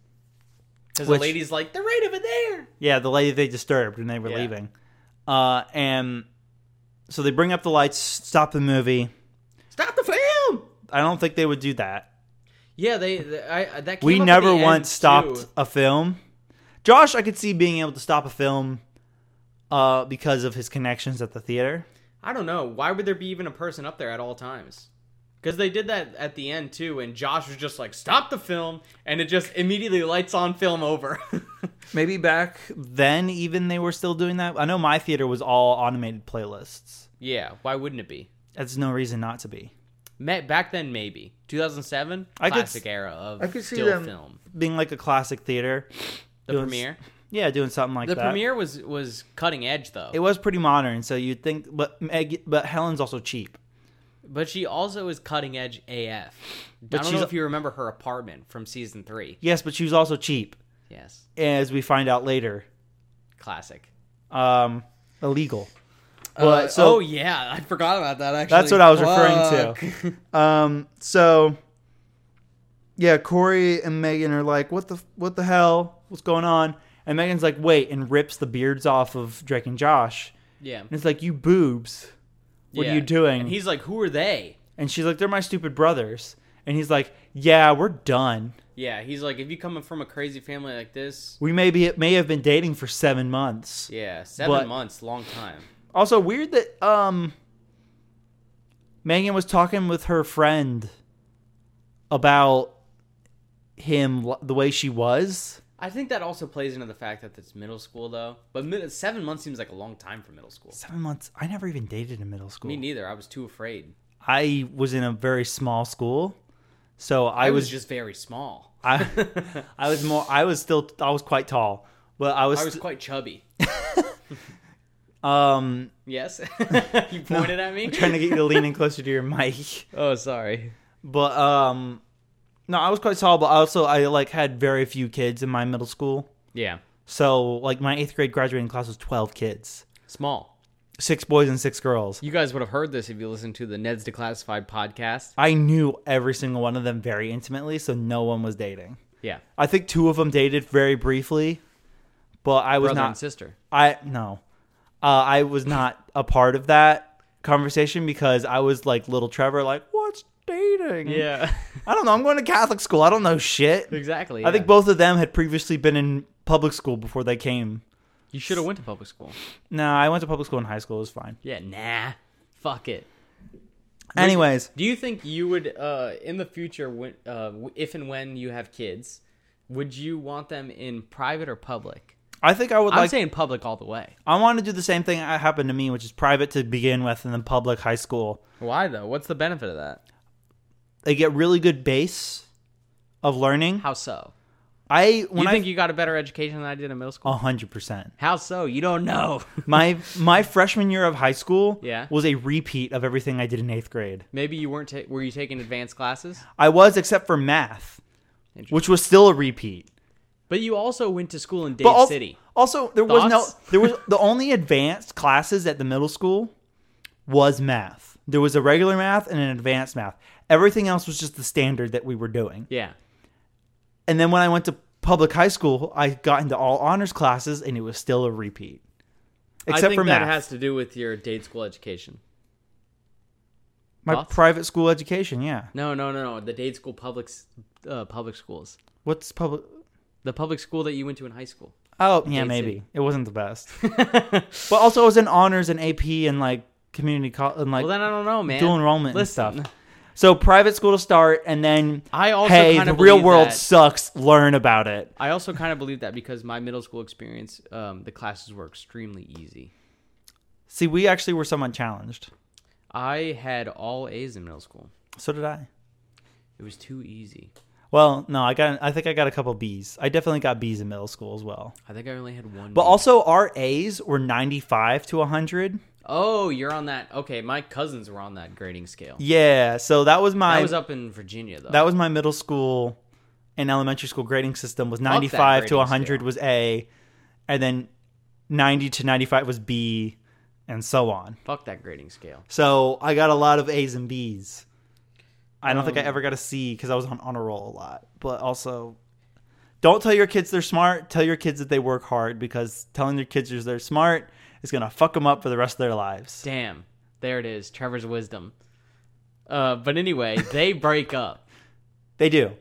cuz the Which- lady's like they're right over there. Yeah, the lady they disturbed when they were Yeah. leaving. Uh, and so they bring up the lights, stop the movie. Stop the film. I don't think they would do that. Yeah, they, they- I, I- that came we up at never the end, once stopped too. a film. Josh, I could see being able to stop a film uh, because of his connections at the theater. I don't know. Why would there be even a person up there at all times? Because they did that at the end too, and Josh was just like, "Stop the film," and it just immediately lights on film over. Maybe back then, even they were still doing that. I know my theater was all automated playlists. yeah, why wouldn't it be? That's no reason not to be. Ma- Back then, maybe 2007, I could classic s- era of I could see still them- film. Being like a classic theater. The doing s- premiere, Yeah, doing something like the that. premiere was was cutting edge though. It was pretty modern, so you'd think, but Meg, but Helen's also cheap. But she also is cutting edge AF. I But don't she's- know if you remember her apartment from season three. Yes, but she was also cheap, Yes, as we find out later. classic. Um, illegal. Uh, But so oh yeah, I forgot about that. Actually, That's what I was referring to. Um, so yeah, Corey and Megan are like, "What the what the hell? What's going on?" And Megan's like, "Wait," and rips the beards off of Drake and Josh, yeah. and it's like, "You boobs, what Yeah. are you doing?" And he's like, "Who are they?" and she's like, "They're my stupid brothers," and he's like, "Yeah, we're done. Yeah, he's like, "If you come from a crazy family like this, We may be may have been dating for seven months." yeah, seven But- months, long time." Also weird that um Megan was talking with her friend about him l- the way she was. I think that also plays into the fact that it's middle school though. But mid- seven months seems like a long time for middle school. Seven months. I never even dated in middle school. Me neither. I was too afraid. I was in a very small school, so I, I, was, was, just very small. I, I was more. I was still. I was quite tall, but I was. I was quite chubby. um, Yes, you pointed at me. I'm trying to get you to lean in closer to your mic, Oh, sorry. but um, no, I was quite tall, but also I like had very few kids in my middle school. Yeah, So like my eighth grade graduating class was twelve kids, small. six boys and six girls. You guys would have heard this if you listened to the Ned's Declassified podcast. I knew every single one of them very intimately, so no one was dating. Yeah, I think two of them dated very briefly, but I was brother not. and sister. I no, uh, I was not a part of that conversation because I was like little Trevor, like what's dating? Yeah, I don't know. I'm going to Catholic school. I don't know shit. exactly. I think yeah. both of them had previously been in public school before they came. you should have went to public school. No, I went to public school in high school. It was fine. Yeah, nah. Fuck it. Anyways, Do you think you would, uh, in the future, when, uh, w- if and when you have kids, would you want them in private or public? I think I would I'm like. saying public all the way. I want to do the same thing that happened to me, which is private to begin with, and then public high school. Why though? What's the benefit of that? They get really good base of learning. How so? I You when I Uh. think you got a better education than I did in middle school? a hundred percent. How so? You don't know. My my freshman year of high school Yeah. was a repeat of everything I did in eighth grade. Maybe you weren't. Ta- were you taking advanced classes? I was except for math, Interesting. which was still a repeat. But you also went to school in Dade But al- City. also there was no Thoughts? there was the only advanced classes at the middle school was math. There was a regular math and an advanced math. Everything else was just the standard that we were doing. Yeah. And then when I went to public high school, I got into all honors classes and it was still a repeat. Except I think for that math. has to do with your Dade school education. My Thoughts? private school education, yeah. No, no, no, no. The Dade school public s- uh, public schools. What's public? The public school that you went to in high school. Oh, yeah, Dade maybe City. it wasn't the best. but also, it was in honors and AP and like community college and like Well, then I don't know, man. dual enrollment Listen, and stuff. So private school to start, and then I also hey, kind the of real world That. sucks. Learn about it. I also kind of believe that because my middle school experience, um, the classes were extremely easy. See, we actually were somewhat challenged. I had all A's in middle school. So did I. It was too easy. Well, no, I got. I think I got a couple B's. I definitely got B's in middle school as well. I think I only had one. But B. also, our A's were ninety-five to hundred. oh, you're on that. Okay, my cousins were on that grading scale. Yeah. So that was my I was up in Virginia though. That was my middle school and elementary school grading system was 95 to grading 100 was A and then 90 to 95 was B and so on. Fuck that grading scale. So I got a lot of A's and B's. I don't think I ever got a C cuz I was on honor roll a lot. But also don't tell your kids they're smart, tell your kids that they work hard because telling your kids they're smart is going to fuck them up for the rest of their lives. Damn. There it is. Trevor's wisdom. Uh, but anyway, they break up. They do.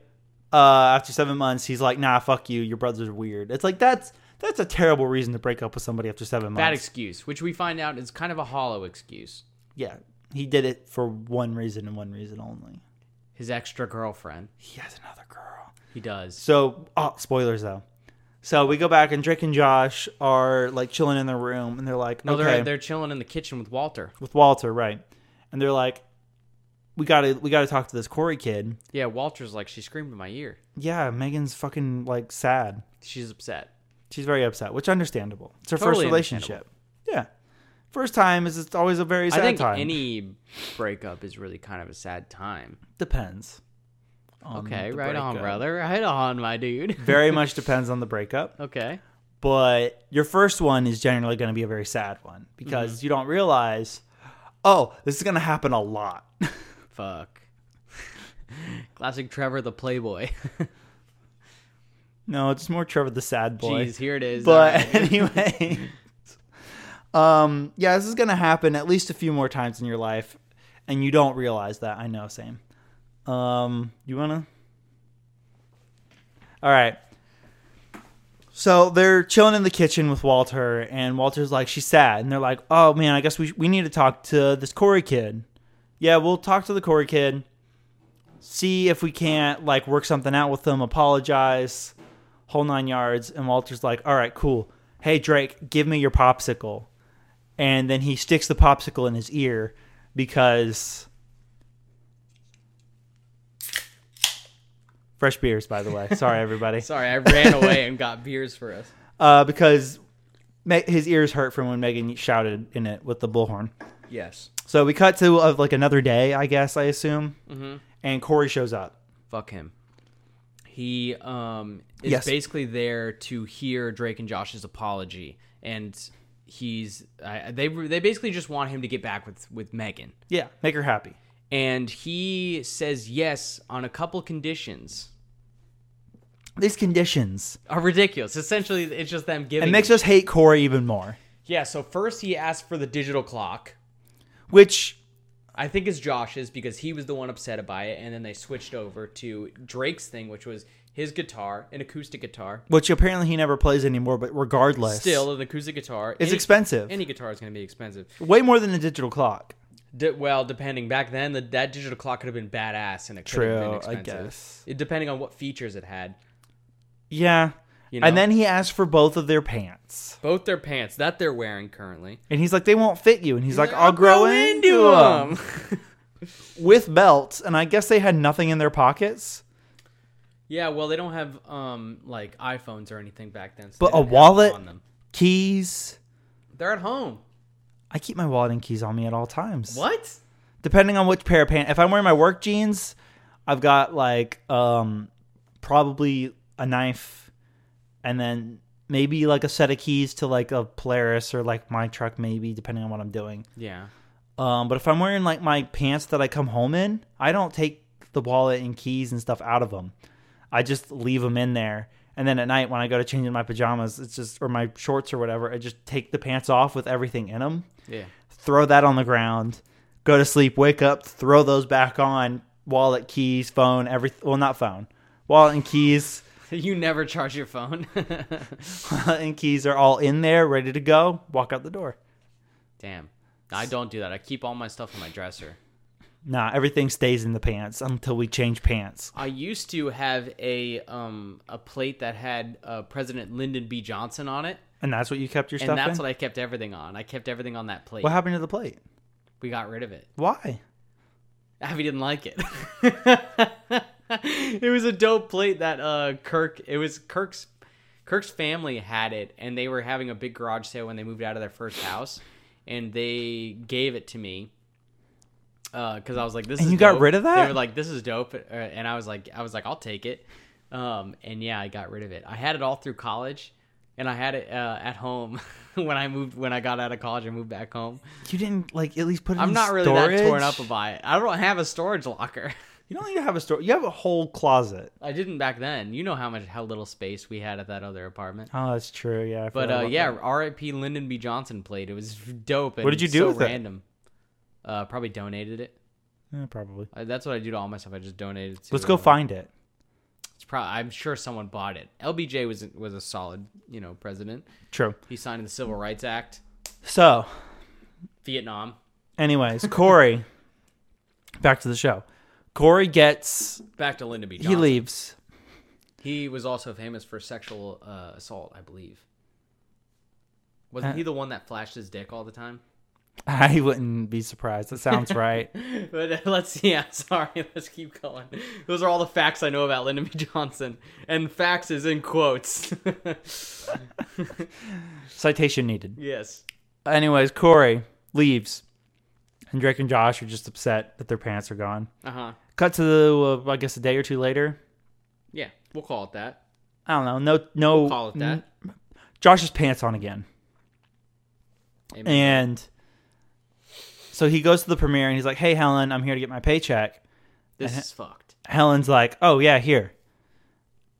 Uh, after seven months, he's like, "Nah, fuck you. Your brother's weird." It's like that's that's a terrible reason to break up with somebody after seven Bad months. excuse, which we find out is kind of a hollow excuse. yeah, he did it for one reason and one reason only. His extra girlfriend. He has another girl. He does. So, oh, spoilers though. So we go back and Drake and Josh are like chilling in their room, and they're like, No, "Okay, they're they're chilling in the kitchen with Walter. with Walter, right?" And they're like, "We gotta we gotta talk to this Corey kid." Yeah, Walter's like she screamed in my ear. Yeah, Megan's fucking like sad. She's upset. She's very upset, which understandable. It's her Totally first relationship. Yeah. First time is it's always a very I sad think time. any breakup is really kind of a sad time. depends. on Okay, the right on, breakup. brother. Right on, my dude. Very much depends on the breakup. okay. but your first one is generally going to be a very sad one because Mm-hmm. you don't realize, oh, this is going to happen a lot. Fuck. Classic Trevor the Playboy. no, it's more Trevor the sad boy. Jeez, here it is. but Alright. anyway, um, yeah, this is going to happen at least a few more times in your life, and you don't realize that. I know, same. Um, you wanna? All right. So they're chilling in the kitchen with Walter, and Walter's like, "She's sad," and they're like, "Oh man, I guess we we need to talk to this Corey kid." Yeah, we'll talk to the Corey kid, see if we can't like work something out with them, apologize, whole nine yards. And Walter's like, "All right, cool. Hey Drake, give me your popsicle," and then he sticks the popsicle in his ear because fresh beers, by the way. Sorry, everybody. Sorry, I ran away and got beers for us. uh, because Me- his ears hurt from when Megan shouted in it with the bullhorn. Yes. So we cut to of like another day, I guess I assume, Mhm. and Corey shows up. Fuck him. He um is Yes. basically there to hear Drake and Josh's apology, and he's I they they basically just want him to get back with with Megan, Yeah, make her happy. and he says yes on a couple conditions These conditions are ridiculous. Essentially, it's just them it giving. makes us hate Corey even more. yeah. So first he asked for the digital clock. Which I think it's Josh's because he was the one upset by it, and then they switched over to Drake's thing, which was his guitar, an acoustic guitar. which apparently he never plays anymore, but regardless, Still, an acoustic guitar. it's Any- expensive. Any guitar is going to be expensive. Way more than a digital clock. D- well, depending. Back then, the, that digital clock could have been badass and it could have been True, I expensive. guess. It, depending on what features it had. Yeah. You know? And then he asked for both of their pants. Both their pants that they're wearing currently. And he's like, they won't fit you. And he's, like, I'll, grow, into, them. 'em. With belts. And I guess they had nothing in their pockets, yeah, well, they don't have um like iPhones or anything back then. so But they a didn't have wallet? on them. keys. They're at home. I keep my wallet and keys on me at all times. What? Depending on which pair of pants. If I'm wearing my work jeans, I've got like um probably a knife and then maybe like a set of keys to like a Polaris or like my truck maybe depending on what I'm doing. Yeah. Um but if I'm wearing like my pants that I come home in, I don't take the wallet and keys and stuff out of them. I just leave them in there. And then at night when I go to change in my pajamas, it's just or my shorts or whatever, I just take the pants off with everything in them Yeah. throw that on the ground, go to sleep, wake up, throw those back on, wallet, keys, phone, every well not phone. Wallet and keys You never charge your phone. wallet and keys are all in there, ready to go, walk out the door. Damn. I don't do that. I keep all my stuff in my dresser. Nah, everything stays in the pants until we change pants. I used to have a um a plate that had uh, President Lyndon B. Johnson on it, And that's what you kept your and stuff that's in? what I kept everything on. I kept everything on that plate. what happened to the plate? We got rid of it. Why? Abby Ah, didn't like it. it was a dope plate that uh Kirk. It was Kirk's. Kirk's family had it, and they were having a big garage sale when they moved out of their first house, and they gave it to me. Because I was like, "This." And is you got dope. rid of that? They were like, "This is dope," uh, and I was like, "I was like, I'll take it." Um, and yeah, I got rid of it. I had it all through college, and I had it uh, at home when I moved when I got out of college and moved back home. You didn't like at least put it I'm in not really that torn storage? up about it. I don't have a storage locker. You don't need to have a store. You have a whole closet. I didn't back then. You know how much how little space we had at that other apartment. Oh, that's true. Yeah. I But forgot uh, about yeah, that. R.I.P. Lyndon B. Johnson played. It was dope. And What did you do so with it? random. Uh, probably donated it. Yeah, probably. I, that's what I do to all my stuff. I just donated it. To, Let's go uh, find it. It's pro- I'm sure someone bought it. LBJ was was a solid, you know, president. True. He signed the Civil Rights Act. So, Vietnam. Anyways, Corey, back to the show. Corey gets, Back to Lyndon B. he Johnson. He, leaves. was also famous for sexual uh, assault, I believe. Wasn't Uh, he the one that flashed his dick all the time? I wouldn't be surprised. That sounds right. But uh, let's yeah, sorry, let's keep going. Those are all the facts I know about Lyndon B. Johnson, and facts is in quotes. Citation needed. yes, Anyways, Corey leaves, and Drake and Josh are just upset that their parents are gone. Uh huh. Cut to the, uh, I guess, a day or two later. Yeah, we'll call it that. I don't know. No, no. Mm-hmm. Call it that. Josh's pants on again. Amen. And so he goes to the premiere and he's like, "Hey, Helen, I'm here to get my paycheck." This and- is fucked. Helen's like, "Oh yeah, here."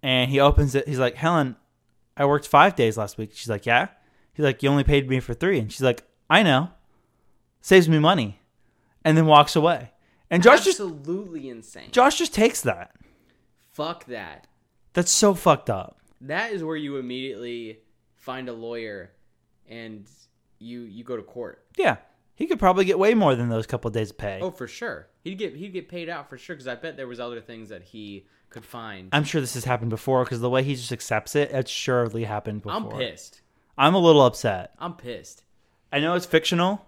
And he opens it. He's like, "Helen, I worked five days last week." She's like, "Yeah." He's like, "You only paid me for three. And she's like, "I know." Saves me money, and then walks away. And Josh just Absolutely insane. Josh just takes that. Fuck that. That's so fucked up. That is where you immediately find a lawyer, and you you go to court. Yeah, he could probably get way more than those couple of days of pay. Oh, for sure. He'd get he'd get paid out for sure because I bet there was other things that he could find. I'm sure this has happened before because the way he just accepts it, it's surely happened before. I'm pissed. I'm a little upset. I'm pissed. I know it's fictional.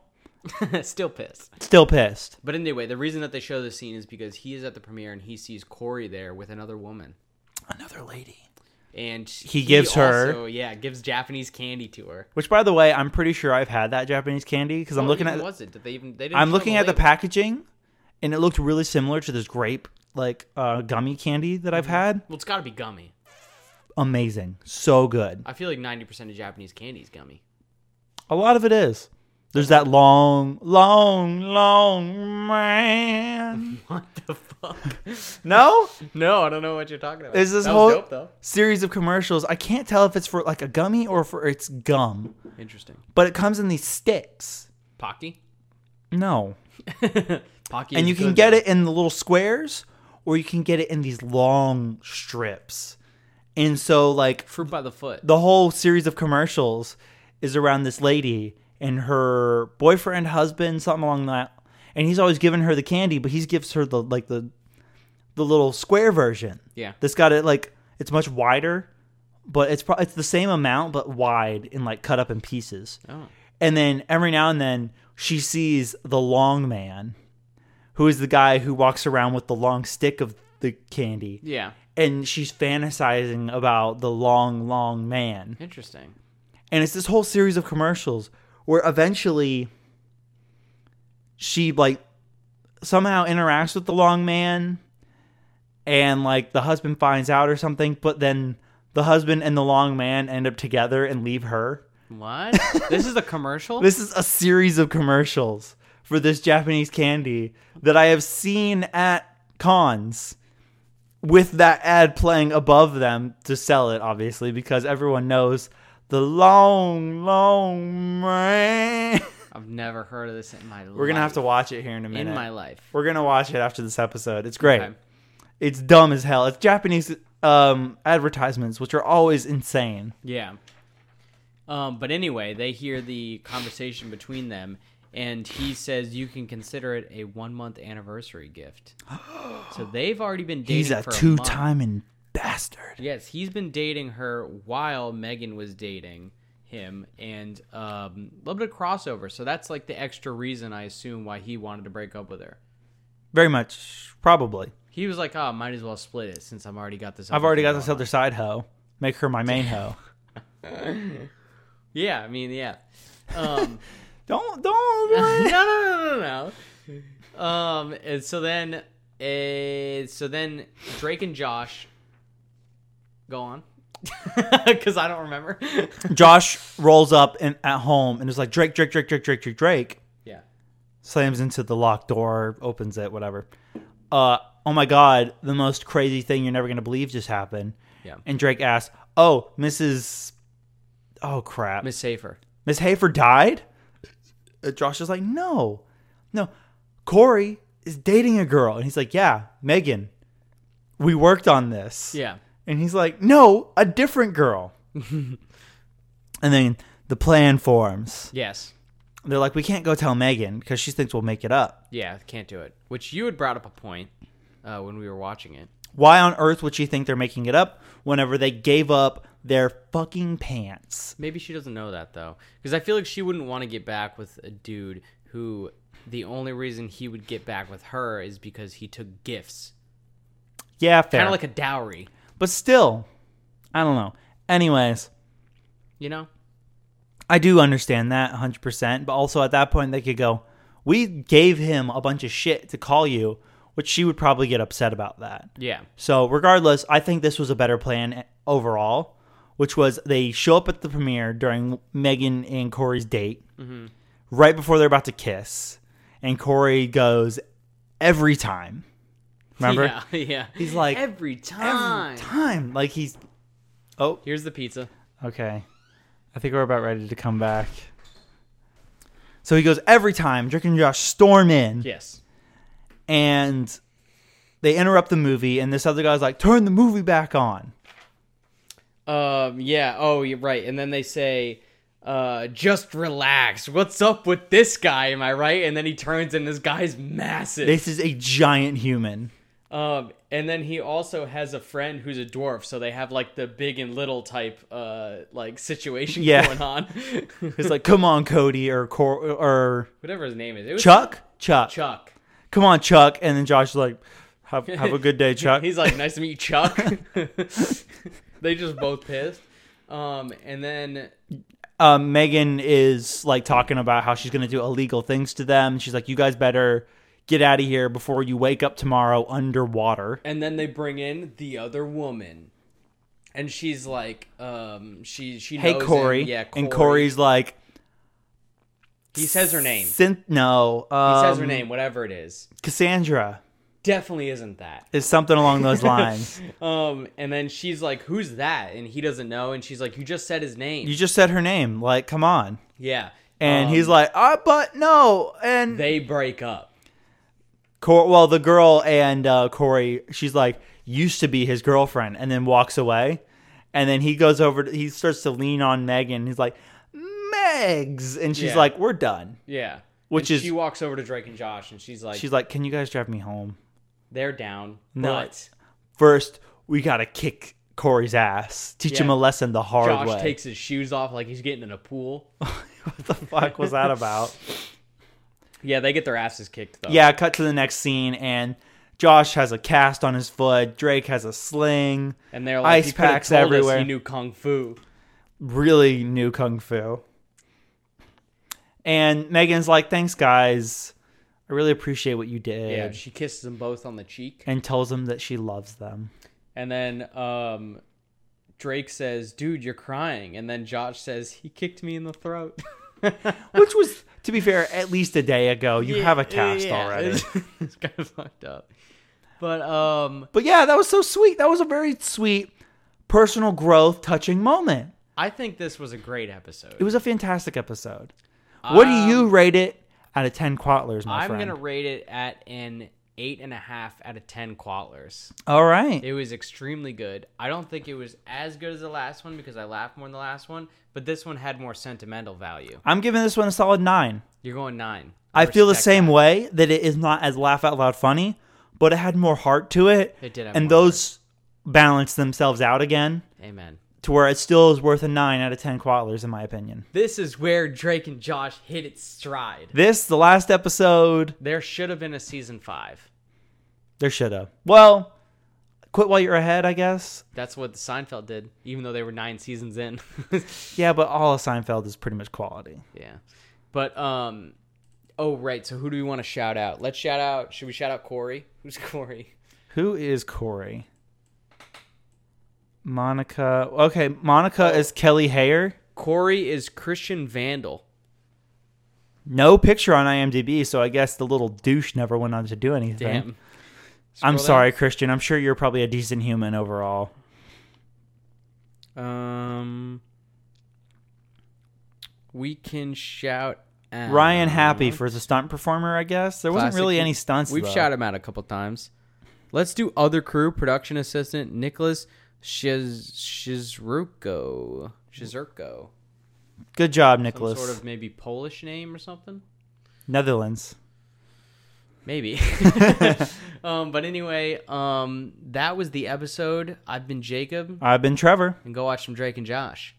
Still pissed. Still pissed. But anyway, the reason that they show this scene is because he is at the premiere and he sees Corey there with another woman, Another lady. and he, gives her- also, yeah, gives Japanese candy to her. Which, by the way, I'm pretty sure I've had that Japanese candy because I'm What looking even at. was Oh, it? Did they even? They didn't I'm show looking at the label. packaging, and it looked really similar to this grape like uh, gummy candy that I've had. Well, it's got to be gummy. Amazing, so good. I feel like ninety percent of Japanese candy is gummy. A lot of it is. There's that long, long, long man. What the fuck? No, no, I don't know what you're talking about. there's this That whole was dope though. series of commercials. I can't tell if it's for like a gummy or for it's gum, Interesting. but it comes in these sticks. Pocky. No, Pocky. and you can get it in the little squares or you can get it in these long strips and so like fruit by the foot. the whole series of commercials is around this lady and her boyfriend husband something along that and he's always giving her the candy but he gives her the like the the little square version Yeah. that's got it like it's much wider but it's pro- it's the same amount but wide and like cut up in pieces Oh. and then every now and then she sees the long man, who is the guy who walks around with the long stick of the candy. Yeah. And she's fantasizing about the long, long man. Interesting. And it's this whole series of commercials where eventually she, like, somehow interacts with the long man and, like, the husband finds out or something. But then the husband and the long man end up together and leave her. What? this is a commercial. This is a series of commercials for this Japanese candy that I have seen at cons with that ad playing above them to sell it, obviously, because everyone knows the long, long man. I've never heard of this in my life. We're going to have to watch it here in a in minute. my life. We're going to watch it after this episode. It's great. Okay. It's dumb as hell. It's Japanese um, advertisements, which are always insane. Yeah. Um, but anyway, they hear the conversation between them, and he says, "You can consider it a one-month anniversary gift." so they've already been dating He's a for two month. time bastard. Yes, he's been dating her while Megan was dating him, and um, a little bit of crossover. So that's like the extra reason I assume why he wanted to break up with her. Very much, probably. He was like, "Oh, might as well split it since I've already got this." I've other already thing got this going on." other side hoe. Make her my main hoe. Yeah, I mean, yeah. Um, Don't don't. no, no, no, no, no. Um, and so then, uh, so then Drake and Josh go on because I don't remember. Josh rolls up in, at home and is like Drake, Drake, Drake, Drake, Drake, Drake, Drake. yeah, Slams into the locked door, opens it, whatever. Uh, oh my God, the most crazy thing you're never gonna believe just happened. Yeah. And Drake asks, "Oh, Mrs. Oh crap, Miss Safer. Miss Hafer died?" Uh, Josh is like, "No, no, Corey is dating a girl," and he's like, "Yeah, Megan, we worked on this." Yeah, And he's like, no, a different girl. and then the plan forms. yes, They're like, we can't go tell Megan because she thinks we'll make it up. yeah. Can't do it. Which you had brought up a point uh, when we were watching it. Why on earth would she think they're making it up whenever they gave up their fucking pants? Maybe she doesn't know that though, because I feel like she wouldn't want to get back with a dude who the only reason he would get back with her is because he took gifts, Yeah, fair. kind of like a dowry, but still, I don't know. Anyways, you know? I do understand that 100%, but also at that point they could go, "We gave him a bunch of shit to call you," which she would probably get upset about that. Yeah. So, regardless, I think this was a better plan overall, which was they show up at the premiere during Megan and Corey's date, Mm-hmm. right before they're about to kiss, and Corey goes every time. Remember? Yeah. yeah. He's like, every time. Every time. Like he's. Oh, Here's the pizza. okay. I think we're about ready to come back. So he goes every time. Drake and Josh storm in Yes. and they interrupt the movie, and this other guy's like, "Turn the movie back on." Um. Yeah. Oh, you're right. And then they say, "Uh, just relax. What's up with this guy? Am I right?" And then he turns, and this guy's massive. This is a giant human. Um, and then he also has a friend who's a dwarf, so they have like the big and little type, uh, like situation Yeah. going on. He's like, "Come on, Cody or Cor- or Whatever his name is, it was Chuck, Chuck, Chuck. come on, Chuck." And then Josh is like, "Have, have a good day, Chuck." He's like, "Nice to meet you, Chuck." they just both pissed. Um, and then um, Megan is like talking about how she's going to do illegal things to them. She's like, "You guys better get out of here before you wake up tomorrow underwater." and then they bring in the other woman, and she's like, um, she she Hey, knows him. Corey. yeah, And Corey's like, he says her name, he Synth- no. Um, says her name, whatever it is, Cassandra. definitely isn't that. is something along those lines. Um, and then she's like, "Who's that?" And he doesn't know. And she's like, "You just said his name." you just said her name, like, come on. yeah. And Um, he's like, ah, but no. And "They break up." Cor- well, the girl and uh, Corey, she's like, used to be his girlfriend, and then walks away. And then he goes over. To, he starts to lean on Megan. He's like, Megs, and she's Yeah. like, we're done. Yeah. Which And is- she walks over to Drake and Josh, and she's like, She's like, can you guys drive me home? "They're down." No, but First, we gotta kick Corey's ass. Teach him Yeah. a lesson the hard Josh way. takes his shoes off like he's getting in a pool. what the fuck was that about? Yeah, they get their asses kicked though. yeah, cut to the next scene, and Josh has a cast on his foot. Drake has a sling. And they're like, Ice "You could've packs told us everywhere." you knew kung fu. Really new kung fu. And Megan's like, "Thanks, guys. I really appreciate what you Yeah. did." She kisses them both on the cheek, And tells them that she loves them. and then um, Drake says, "Dude, you're crying," and then Josh says, "He kicked me in the throat." Which was, to be fair, at least a day ago. You have a cast already. It's, it's kind of fucked up. But um, But yeah, that was so sweet. That was a very sweet personal growth touching moment. I think this was a great episode. It was a fantastic episode. what do you rate it out of 10 Quatlers, my Um, I'm friend? gonna rate it at an eight and a half out of ten quatlers. All right. It was extremely good. I don't think it was as good as the last one because I laughed more than the last one, but this one had more sentimental value. I'm giving this one a solid nine. You're going nine. I feel the respect same that. way that it is not as laugh out loud funny, but it had more heart to it. It did have and more those balance themselves out again Amen. to where it still is worth a nine out of ten quatlers, in my opinion. This is where Drake and Josh hit its stride. This, the last episode, There should have been a season five. there should have. Well, quit while you're ahead, I guess. That's what Seinfeld did, even though they were nine seasons in. Yeah, but all of Seinfeld is pretty much quality. Yeah. But um oh right, so who do we want to shout out? Let's shout out should we shout out Corey? Who's Corey? Who is Corey? Monica. Okay, Monica Oh. is Kelly Hayer. Corey is Christian Vandal. No picture on IMDb, so I guess the little douche never went on to do anything. Damn. Scroll I'm sorry, Christian. I'm sure you're probably a decent human overall. down. Um we can shout out Ryan Happy for the stunt performer, I guess. There wasn't Classic. really any stunts. We've though. shouted him out a couple times. Let's do other crew production assistant Nicholas Shiz Shizruko. Shizurko. Good job, Some Nicholas. sort of maybe Polish name or something. Netherlands. Maybe. um, but anyway, um, that was the episode. I've been Jacob, I've been Trevor. and go watch some Drake and Josh.